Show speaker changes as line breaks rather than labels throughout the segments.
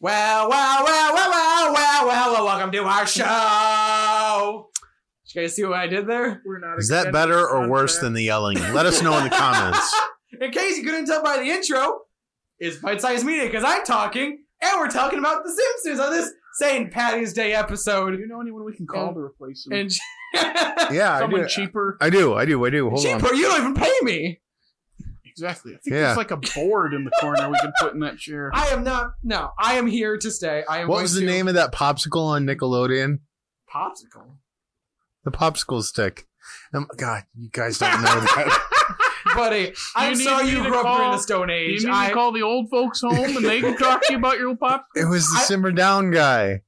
Well, well, well, well, well, well, well, well, welcome to our show. Did you guys see what I did there?
We're not
Is that
extending
better
the
or worse
contract.
than the yelling? Let us know in the comments.
In case you couldn't tell by the intro, it's Bite Size Media because I'm talking and we're talking about The Simpsons on this St. Patty's Day
Do
episode.
you know anyone we can call
And-
to replace him?
And
Yeah, I
Someone
do.
cheaper?
I do. I do. I do. Hold on.
cheaper, you don't even pay me.
Exactly. I think
Yeah.
there's like a board in the corner we can put in that chair.
I am not. No, I am here to stay. I am.
What
going
was the
to-
name of that popsicle on Nickelodeon?
Popsicle.
The popsicle stick. Um, God, you guys don't know that.
buddy? I'm
You need
sorry
me
you
to
grew up during
call-
the Stone
You
Age.
need
I,
to call the old folks home and they can talk to you about your old pop.
it was the
I-
simmer down guy.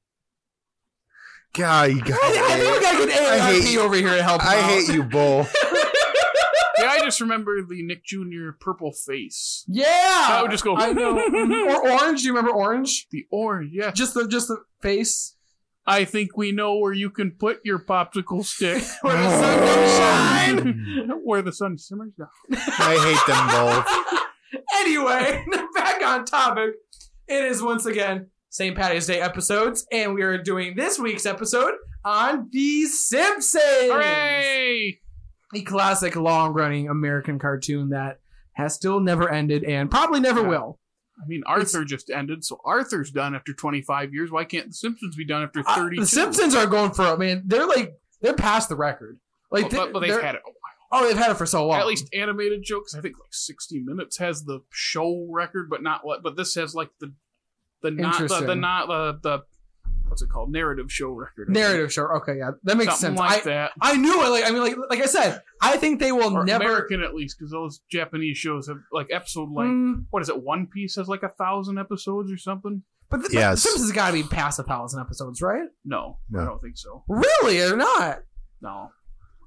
God, you guys.
I, I think I could
I hate
AARP
you.
over here to help.
I hate you, Bull.
Yeah, I just remember the Nick Jr. purple face.
Yeah,
Ah, I would just go.
I know.
Mm-hmm.
or orange. Do you remember orange?
The orange, yeah.
Just the just the face.
I think we know where you can put your popsicle stick
Where the sun don't shine.
where the sun simmers down.
I hate them both.
anyway, back on topic. It is once again St. Patty's Day episodes, and we are doing this week's episode on The Simpsons.
Hooray!
A classic, long-running American cartoon that has still never ended and probably never
Yeah.
will.
I mean, Arthur just ended, so Arthur's done after 25 years. Why can't The Simpsons be done after
Uh,
32?
the Simpsons are going for it, man. They're like they're past the record. Like
But, but- but they've
they're-
had it.
oh, they've had it for so long.
At least animated jokes. I think like 60 Minutes has the show record, but not what. But this has like the the not the, the
Interesting.
not the, the what's it called narrative show record. I think.
narrative sure. Okay, yeah, that makes
Something
sense.
like
I,
that.
I knew it. Like I mean, like like I said, I think they will
Or
never.
American at least, because those Japanese shows have like episode like
Mm,
what is it? One Piece has like a thousand episodes or something.
But the,
Yes.
the Simpsons got to be past a thousand episodes, right?
No,
No.
I don't think so.
Really, or not?
No,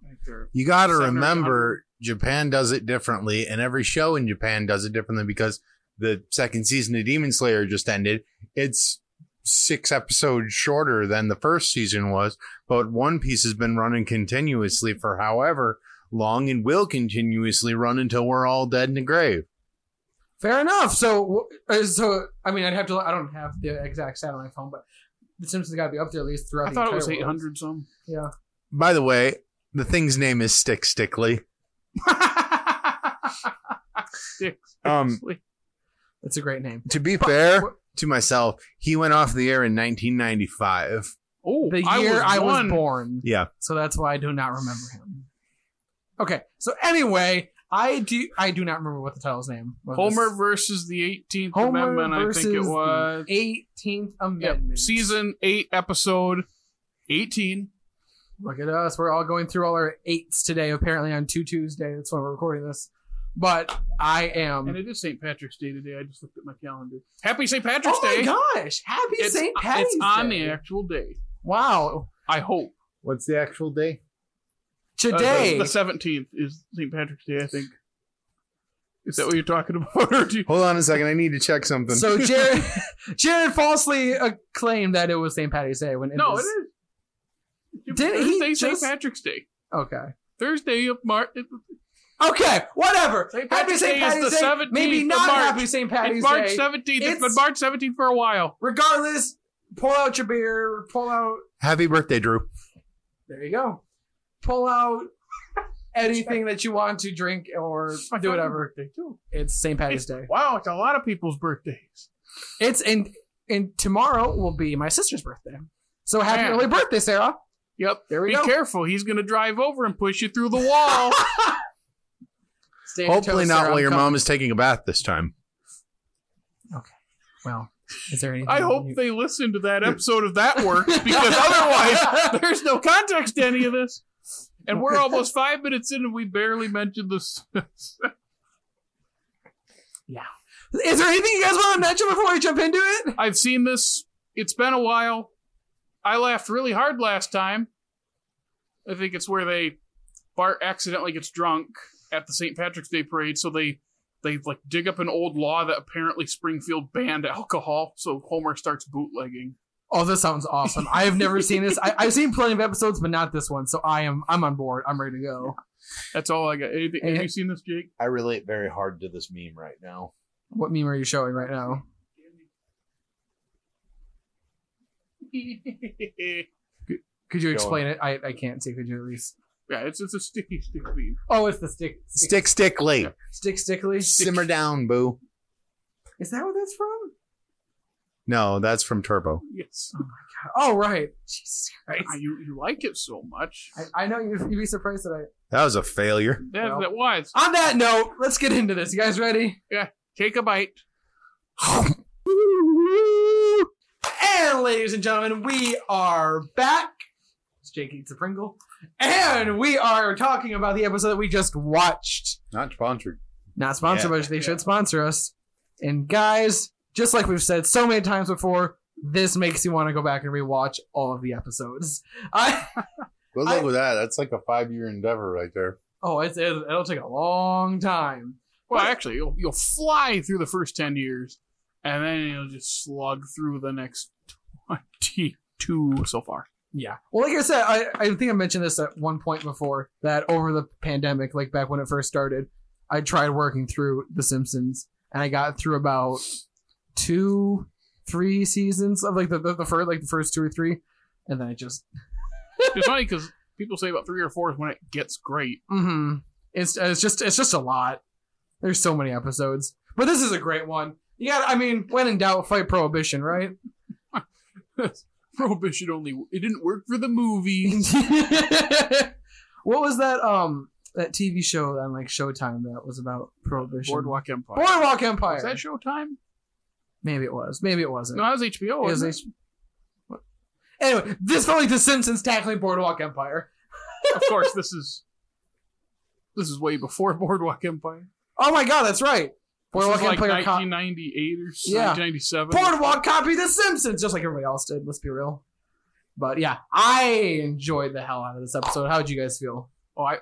I think they're
You got to
Seven or
remember, Japan does it differently, and every show in Japan does it differently because the second season of Demon Slayer just ended. It's six episodes shorter than the first season was, but One Piece has been running continuously for however long and will continuously run until we're all dead in the grave.
Fair enough. So, uh, so I mean, I'd have to. I don't have the exact stat on my phone, but the Simpsons got to be up there at least throughout.
I
the
thought it
entire
was
world.
eight hundred some.
Yeah.
By the way, the thing's name is Stick Stickly.
Six.
Um,
That's a great name.
To be fair to myself, he went off the air in 1995.
oh,
The year
I was, one.
born.
Yeah.
So that's why I do not remember him. Okay. So anyway, I do. I do not remember what the title's name. was.
Homer versus the Eighteenth
Homer
Amendment. I think it
versus the
was.
18th
Yep.
Amendment.
Season eight, episode eighteen.
Look at us. We're all going through all our eights today, apparently on 2 Tuesday. That's when we're recording this. But I am.
And it is St. Patrick's Day today. I just looked at my calendar. Happy St. Patrick's
oh my
Day!
gosh. Happy
It's,
St. Patty's
it's on
Day.
the actual day.
Wow.
I hope
What's the actual day?
Uh,
Today.
the seventeenth is St. Patrick's Day. I think. Is that what you're talking about? Or do you-
Hold on a second. I need to check something.
so Jared, Jared falsely uh, claimed that it was St. Patty's Day when it
no,
was,
it is.
Didn't he
Thursday,
just-
St. Patrick's Day.
Okay.
Thursday of March.
Okay, whatever.
St.
Happy
Patrick's
St.
Day is
Patty's
the
Day.
17th
Maybe
of
not
March.
happy St. Patty's
It's March
Day.
seventeenth. It's
It's-
been March seventeenth for a while.
Regardless, pull out your beer. Pull out.
Happy birthday, Drew.
There you go. Pull out anything that you want to drink or
My
do
fucking
whatever.
Birthday too.
It's St. Patty's Day.
Wow, it's a lot of people's birthdays.
It's and and tomorrow will be my sister's birthday. So happy
Man.
early birthday, Sarah.
Yep.
There we
Be
go.
careful. He's gonna drive over and push you through the wall.
Stay on your
Hopefully
toes,
not
Sarah.
while
I'm
your
coming.
mom is taking a bath this time.
Well, is there anything?
I hope
you-
they listen to that episode of that works because otherwise there's no context to any of this. And we're almost five minutes in and we barely mentioned this.
Is there anything you guys want to mention before we jump into it?
I've seen this. It's been a while. I laughed really hard last time. I think it's where they Bart accidentally gets drunk at the St. Patrick's Day parade, so they they like dig up an old law that apparently Springfield banned alcohol, so Homer starts bootlegging.
Oh, this sounds awesome. I have never seen this. I, I've seen plenty of episodes, but not this one. So I am I'm on board. I'm ready to go.
That's all I got. Anything, have
And-
you seen this, Jake?
I relate very hard to this meme right now.
What meme are you showing right now?
yeah,
Could you
Go
explain it? I, I can't see. Could you at least?
it's it's a sticky stick bean.
Oh, it's the stick.
Stick, stick, late.
Stick stickly.
Simmer down, boo.
Is that where that's from?
No, that's from Turbo.
Yes.
Oh, right. Jesus Christ.
Ah, you you like it so much.
I, I know you'd, you'd be surprised that I.
That was a failure.
That,
Well.
that was.
On that note, let's get into this. You guys ready?
Take a bite.
And ladies and gentlemen, we are back. It's Jake eats a Pringle, and we are talking about the episode that we just watched.
Not sponsored.
not sponsored,
Yeah.
but they should sponsor us. And guys, just like we've said so many times before, this makes you want to go back and rewatch all of the episodes. I
Good
I-
luck with that. That's like a five year endeavor right there.
oh, it's, it'll, it'll take a long time.
Well,
What?
actually, you'll you'll fly through the first ten years, and then you'll just slug through the next twenty-two so far.
Yeah. Well, like I said, I, I think I mentioned this at one point before that over the pandemic, like back when it first started, I tried working through The Simpsons and I got through about two, three seasons of like the, the, the first like the first two or three, and then I just
it's funny because people say about three or four is when it gets great.
hmm It's it's just it's just a lot. There's so many episodes, but this is a great one. You got, I mean, when in doubt, fight prohibition, right?
Prohibition only it didn't work for the movie.
what was that um that TV show on like Showtime that was about prohibition?
Boardwalk Empire.
Boardwalk Empire.
Was that Showtime?
Maybe it was. Maybe it wasn't.
No, that was HBO.
It was
wasn't
Anyway, this felt like The Simpsons tackling Boardwalk Empire.
it? of course, this is this is way before Boardwalk Empire.
Oh my god, that's right.
This
Boardwalk
is like
Empire. co-
1998 or
Yeah.
1997.
Boardwalk copied The Simpsons, just like everybody else did. Let's be real. But yeah, I enjoyed the hell out of this episode. How'd you guys feel?
Oh, I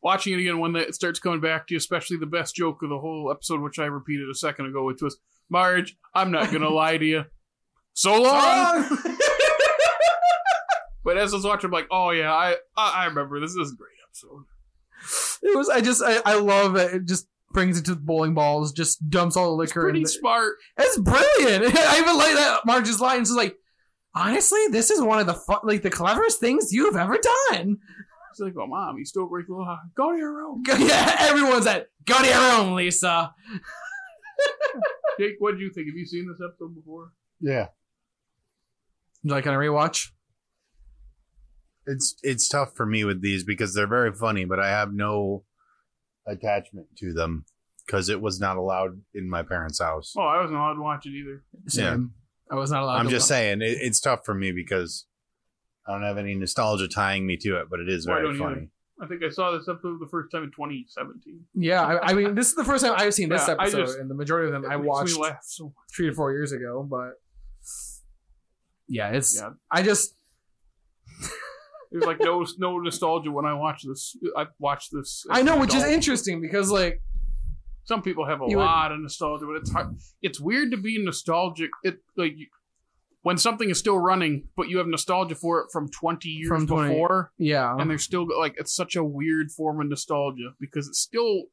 watching it again when that starts coming back to you, especially the best joke of the whole episode, which I repeated a second ago, which was Marge. I'm not gonna lie to you. So long. But as I was watching, I'm like, oh yeah, I I, I remember this. this is a great episode.
it was. I just. I, I love it. It just brings it to the bowling balls. Just dumps all the liquor. in
Pretty
the-
smart.
It's brilliant. I even like that Marge's line. She's like, honestly, this is one of the fu- like the cleverest things you've ever done.
She's like, oh mom, you still break the law. Go to your room.
yeah, everyone's at go to your own, Lisa.
Jake, what did you think? Have you seen this episode before?
Yeah.
You like on a rewatch?
It's it's tough for me with these because they're very funny, but I have no attachment to them because it was not allowed in my parents' house.
Oh, I wasn't allowed to watch it either.
Same. I was not allowed.
I'm
to
just saying it, it's tough for me because I don't have any nostalgia tying me to it, but it is
Well, I
very
don't either.
funny.
I think I saw this episode the first time in 2017.
Yeah, I, I mean, this is the first time I've seen this
Yeah, I
episode,
just-
and the majority of them I
It makes me
watched
laugh so much.
three to four years ago. But yeah, it's
Yeah.
I just
There's like no no nostalgia when I watch this. I watched this. as
I know,
an
which is
adult.
interesting because like
Some people have a
You would-
lot of nostalgia, but it's hard. It's weird to be nostalgic. It like you- when something is still running, but you have nostalgia for it from 20 years
From Uh-huh. 20.
before.
yeah,
and they're still like it's such a weird form of nostalgia because it's still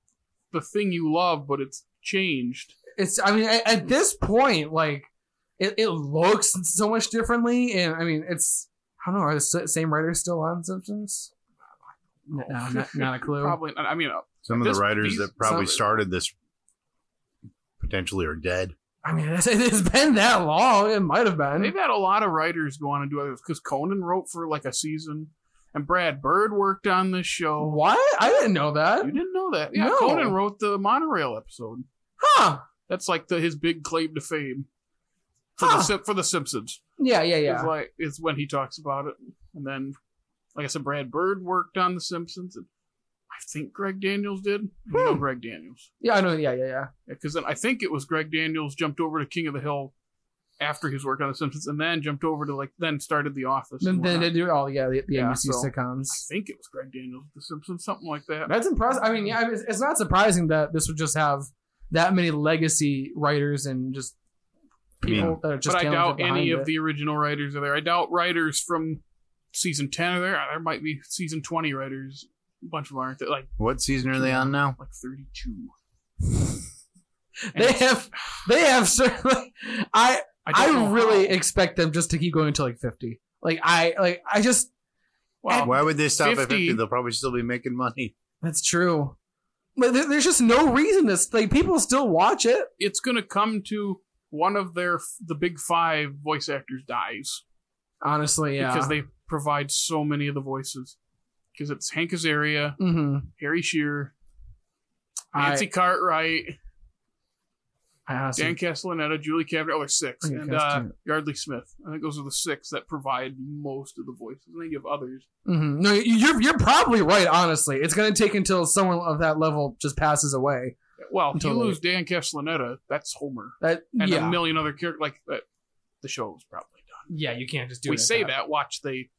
the thing you love, but it's changed.
it's I mean at, at this point like it, it looks so much differently, and I mean it's I don't know are the s- same writers still on Simpsons? No, not, not a clue.
Probably, I mean, uh,
Some of
This-
the writers
these-
that probably
some-
started this potentially are dead.
I mean it's, it's been that long. It might have
they've
been.
had a lot of writers go on and do other because Conan wrote for like a season, and Brad Bird worked on this show.
What? I didn't know that.
You didn't know that? Yeah,
No.
Conan wrote the monorail episode.
Huh?
That's like the, his big claim to fame for
Huh.
the Sim- for the Simpsons.
Yeah, yeah, yeah.
It's like it's when he talks about it, and then, like I said, Brad Bird worked on The Simpsons, and I think Greg Daniels did. I know
Hmm.
Greg Daniels
Yeah, I know. Yeah, yeah, yeah.
because then I think it was Greg Daniels jumped over to King of the Hill after his work on The Simpsons, and then jumped over to like then started The Office.
Then,
and
then
whatnot.
they do all yeah the, the
Yeah,
NBC
so-
sitcoms.
I think it was Greg Daniels, The Simpsons, something like that.
That's impressive. I mean, yeah, I mean, it's, it's not surprising that this would just have that many legacy writers and just people
I mean,
that are just.
but I doubt
talented
any
behind
of
it.
the original writers are there. I doubt writers from season ten are there. There might be season twenty writers. A bunch of them aren't there. Like
What season are they on now?
like thirty two.
They have, they have. cer- I I,
don't know
really
how.
expect them just to keep going until like fifty. Like I like I just
Wow.
Why would they stop at
50?
50? They'll probably still be making money.
that's true. But there, there's just no reason to like people still watch it.
it's going to come to one of their the big five voice actors dies
Honestly, yeah.
because they provide so many of the voices. Because it's Hank Azaria,
hmm
Harry Shearer,
I-
Nancy Cartwright,
I honestly
Dan Castellaneta, Julie Kavner. Oh, there's six,
Okay,
and uh,
Castellaneta.
Yardley Smith. I think those are the six that provide most of the voices, and they give others.
Mhm. No, you- you're you're probably right. Honestly, it's gonna take until someone of that level just passes away.
Well, if you
Totally.
lose Dan Castellaneta, that's Homer,
That
and
yeah,
a million other characters like that. The show's probably done.
Yeah, you can't just do
we
it at
say that. Watch they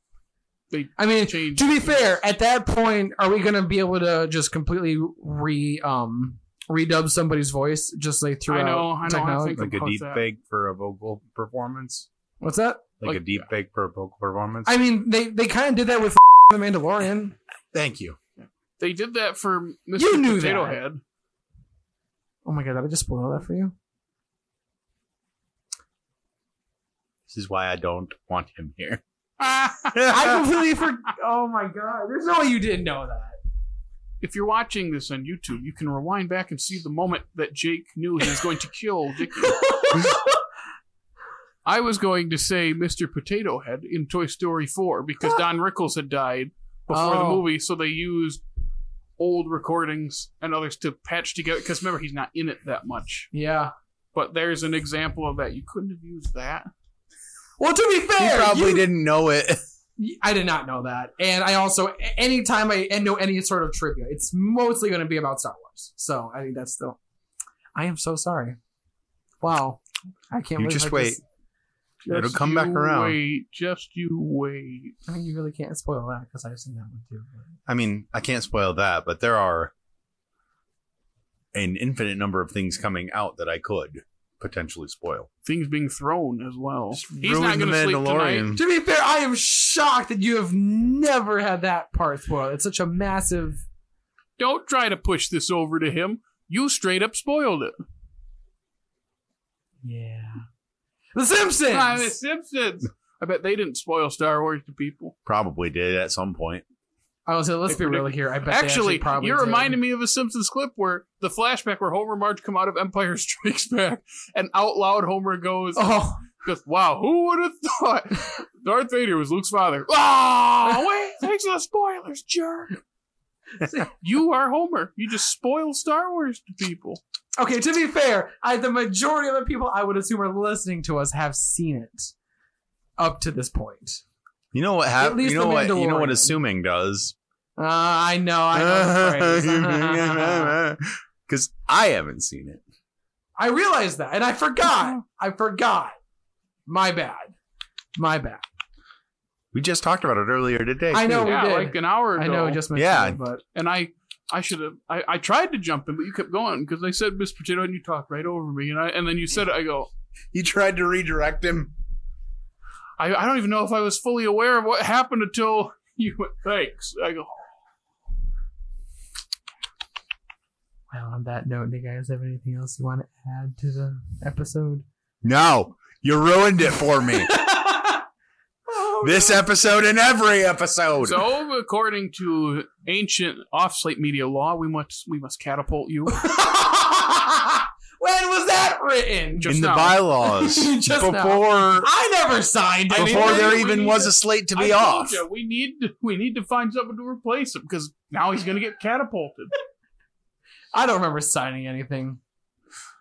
I mean,
change.
to be fair, at that point, are we gonna be able to just completely re um redub somebody's voice just like throughout?
I know, I know, I
technology?
think-
Like a
How's
deep
that?
fake for a vocal performance.
What's that?
Like, a
Like-
deep fake for a vocal performance.
I mean, they they kind of did that with the Mandalorian.
Thank you.
They did that for Mr.
You knew
Potato
that.
Head.
Oh my god, did I just spoil that for you?
This is why I don't want him here.
I completely for. Oh my god, there's no way you didn't know that.
if you're watching this on YouTube, you can rewind back and see the moment that Jake knew he was going to kill Dickie. I was going to say Mr. Potato Head in Toy Story 4 because Don Rickles had died before the
Oh.
movie, so they used old recordings and others to patch together. Because remember, he's not in it that much.
Yeah.
But there's an example of that. You couldn't have used that.
Well, to be
He
fair,
probably
you-
didn't know it.
I did not know that. And I also, a- anytime I know any sort of trivia, it's mostly going to be about Star Wars. So I think that's the. I am so sorry. Wow. I can't
You
believe
just
I
wait. It'll come back
you
around.
Wait, just you wait.
I mean, you really can't spoil that because I've seen that one too.
I mean, I can't spoil that, but there are an infinite number of things coming out that I could potentially spoil.
Things being thrown as well.
Just
He's not
ruin the
going to sleep tonight.
Mandalorian.
To be fair, I am shocked that you have never had that part spoiled. It's such a massive.
Don't try to push this over to him. You straight up spoiled it.
Yeah. The Simpsons!
Ah, the Simpsons. I bet they didn't spoil Star Wars to people.
Probably did at some point.
I was like, Oh, let's be real here. I bet they
actually,
probably
you're
did.
reminding me of a Simpsons clip where the flashback where Homer Marge come out of Empire Strikes Back, and out loud Homer goes,
Oh,
goes "Wow, who would have thought Darth Vader was Luke's father?" Oh, wait, thanks for the spoilers, jerk. you are Homer. You just spoil Star Wars to people.
Okay, to be fair, I, the majority of the people I would assume are listening to us have seen it up to this point.
You know what happened?
least
You know
the
what? You know what?
Mandalorian.
Assuming does
Uh, I know, I know the phrase.
because I haven't seen it.
I realized that, and I forgot. I forgot. My bad. My bad.
We just talked about it earlier today.
I
too.
know. Oh, we
yeah,
did.
like an hour ago.
I know, I just mentioned
Yeah.
it, but
and I I should have I, I tried to jump in, but you kept going because they said Miss Potato and you talked right over me, and I and then you said it. I go
You tried to redirect him.
I, I don't even know if I was fully aware of what happened until you went thanks. I go
well, on that note, do you guys have anything else you want to add to the episode?
No, you ruined it for me.
Oh,
this
no.
episode and every episode.
so according to ancient off-slate media law, we must we must catapult you.
when was that written?
Just
in the
now.
bylaws
Just now.
before
I never signed it.
I mean,
before there
we
even
need
was
to-
a slate to
I
be
told
off.
ya, we need to, we need to find someone to replace him because now he's going to get catapulted.
I don't remember signing anything.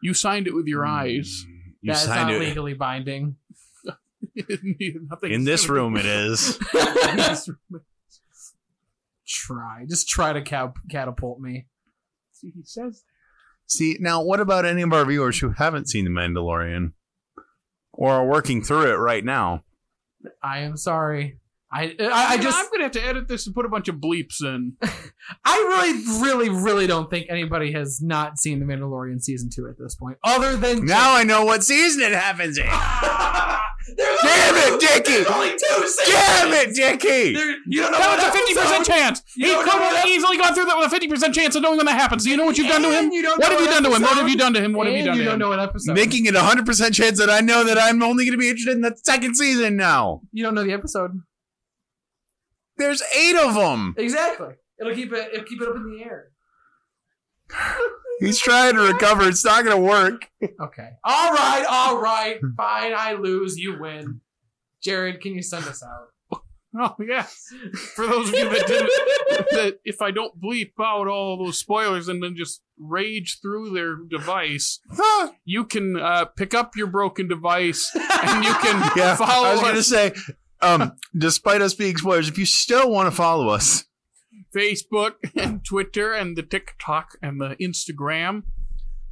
You signed it with your
Hmm.
eyes.
You
That's
signed
not
it
legally binding.
in
in
this room. It is.
try, just try to cap- catapult me.
See, he says
See now, what about any of our viewers who haven't seen The Mandalorian or are working through it right now?
I am sorry. I I, I
You know, I'm
just
gonna have to edit this and put a bunch of bleeps in.
I really really really don't think anybody has not seen the Mandalorian season two at this point, other than
Now I know what season it happens in.
There's
Damn
only
it,
two-
Dickie!
There's only two seasons.
Damn it, Dickie!
There, you don't know
That
what
was a fifty percent
episode-
chance.
You
he
don't
could
know
have
that-
easily gone through that with a fifty percent chance of knowing when that happens. Do you know what you've done to him?
And you don't
What
know
have you
what
done to him? What have you
episode.
done to him? What have you
And
done
you
to
don't
him?
know what episode.
Making it a 100% chance that I know that I'm only going to be interested in the second season now.
you don't know the episode.
There's eight of them.
Exactly. It'll keep it. It'll keep it up in the air.
He's trying to recover. It's not going to work.
Okay. All right. All right. Fine. I lose. You win. Jared, can you send us out?
Oh yeah. For those of you that didn't, that if I don't bleep out all those spoilers and then just rage through their device,
Huh.
you can uh, pick up your broken device and you can
Yeah.
follow
I was going to
us
say, um, despite us being spoilers, if you still want to follow us,
Facebook and Twitter and the TikTok and the Instagram.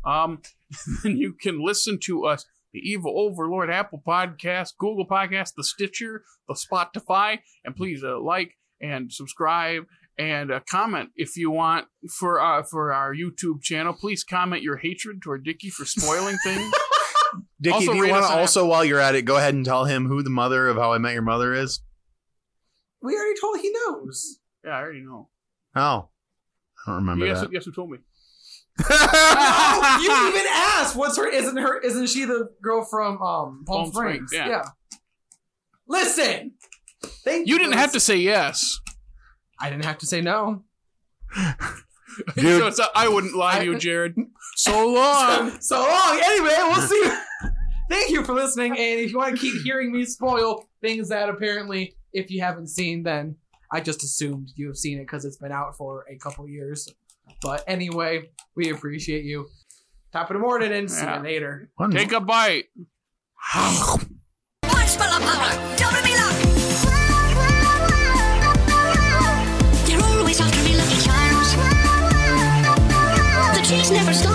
Um, then you can listen to us, the Evil Overlord, Apple Podcast, Google Podcast, the Stitcher, the Spotify, and please uh, like and subscribe and uh, comment if you want for uh, for our YouTube channel. Please comment your hatred toward Dickie for spoiling things.
Dickie,
Also
do you
rate
want
us
to
on
also, while you're at it, go ahead and tell him who the mother of How I Met Your Mother is?
We already told he knows.
yeah, I already know.
Oh, I don't remember
You guess,
that.
who- guess who told me?
No, you didn't even ask. What's her? Isn't her? Isn't she the girl from um, Palm,
Palm
Springs?
Springs, yeah.
Listen. Thank you.
You didn't have to say yes.
I didn't have to say no.
Dude.
so it's not- I wouldn't lie to you, Jared. So long.
So, Um, so long. Anyway, we'll see. you. Thank you for listening. And if you want to keep hearing me spoil things that apparently, if you haven't seen, then I just assumed you have seen it because it's been out for a couple years. But anyway, we appreciate you. Top of the morning and see
Yeah.
you later.
One-
Take a bite.
Marshmallow power, double me luck. They're always after me, Lucky Charms. The chase never stops.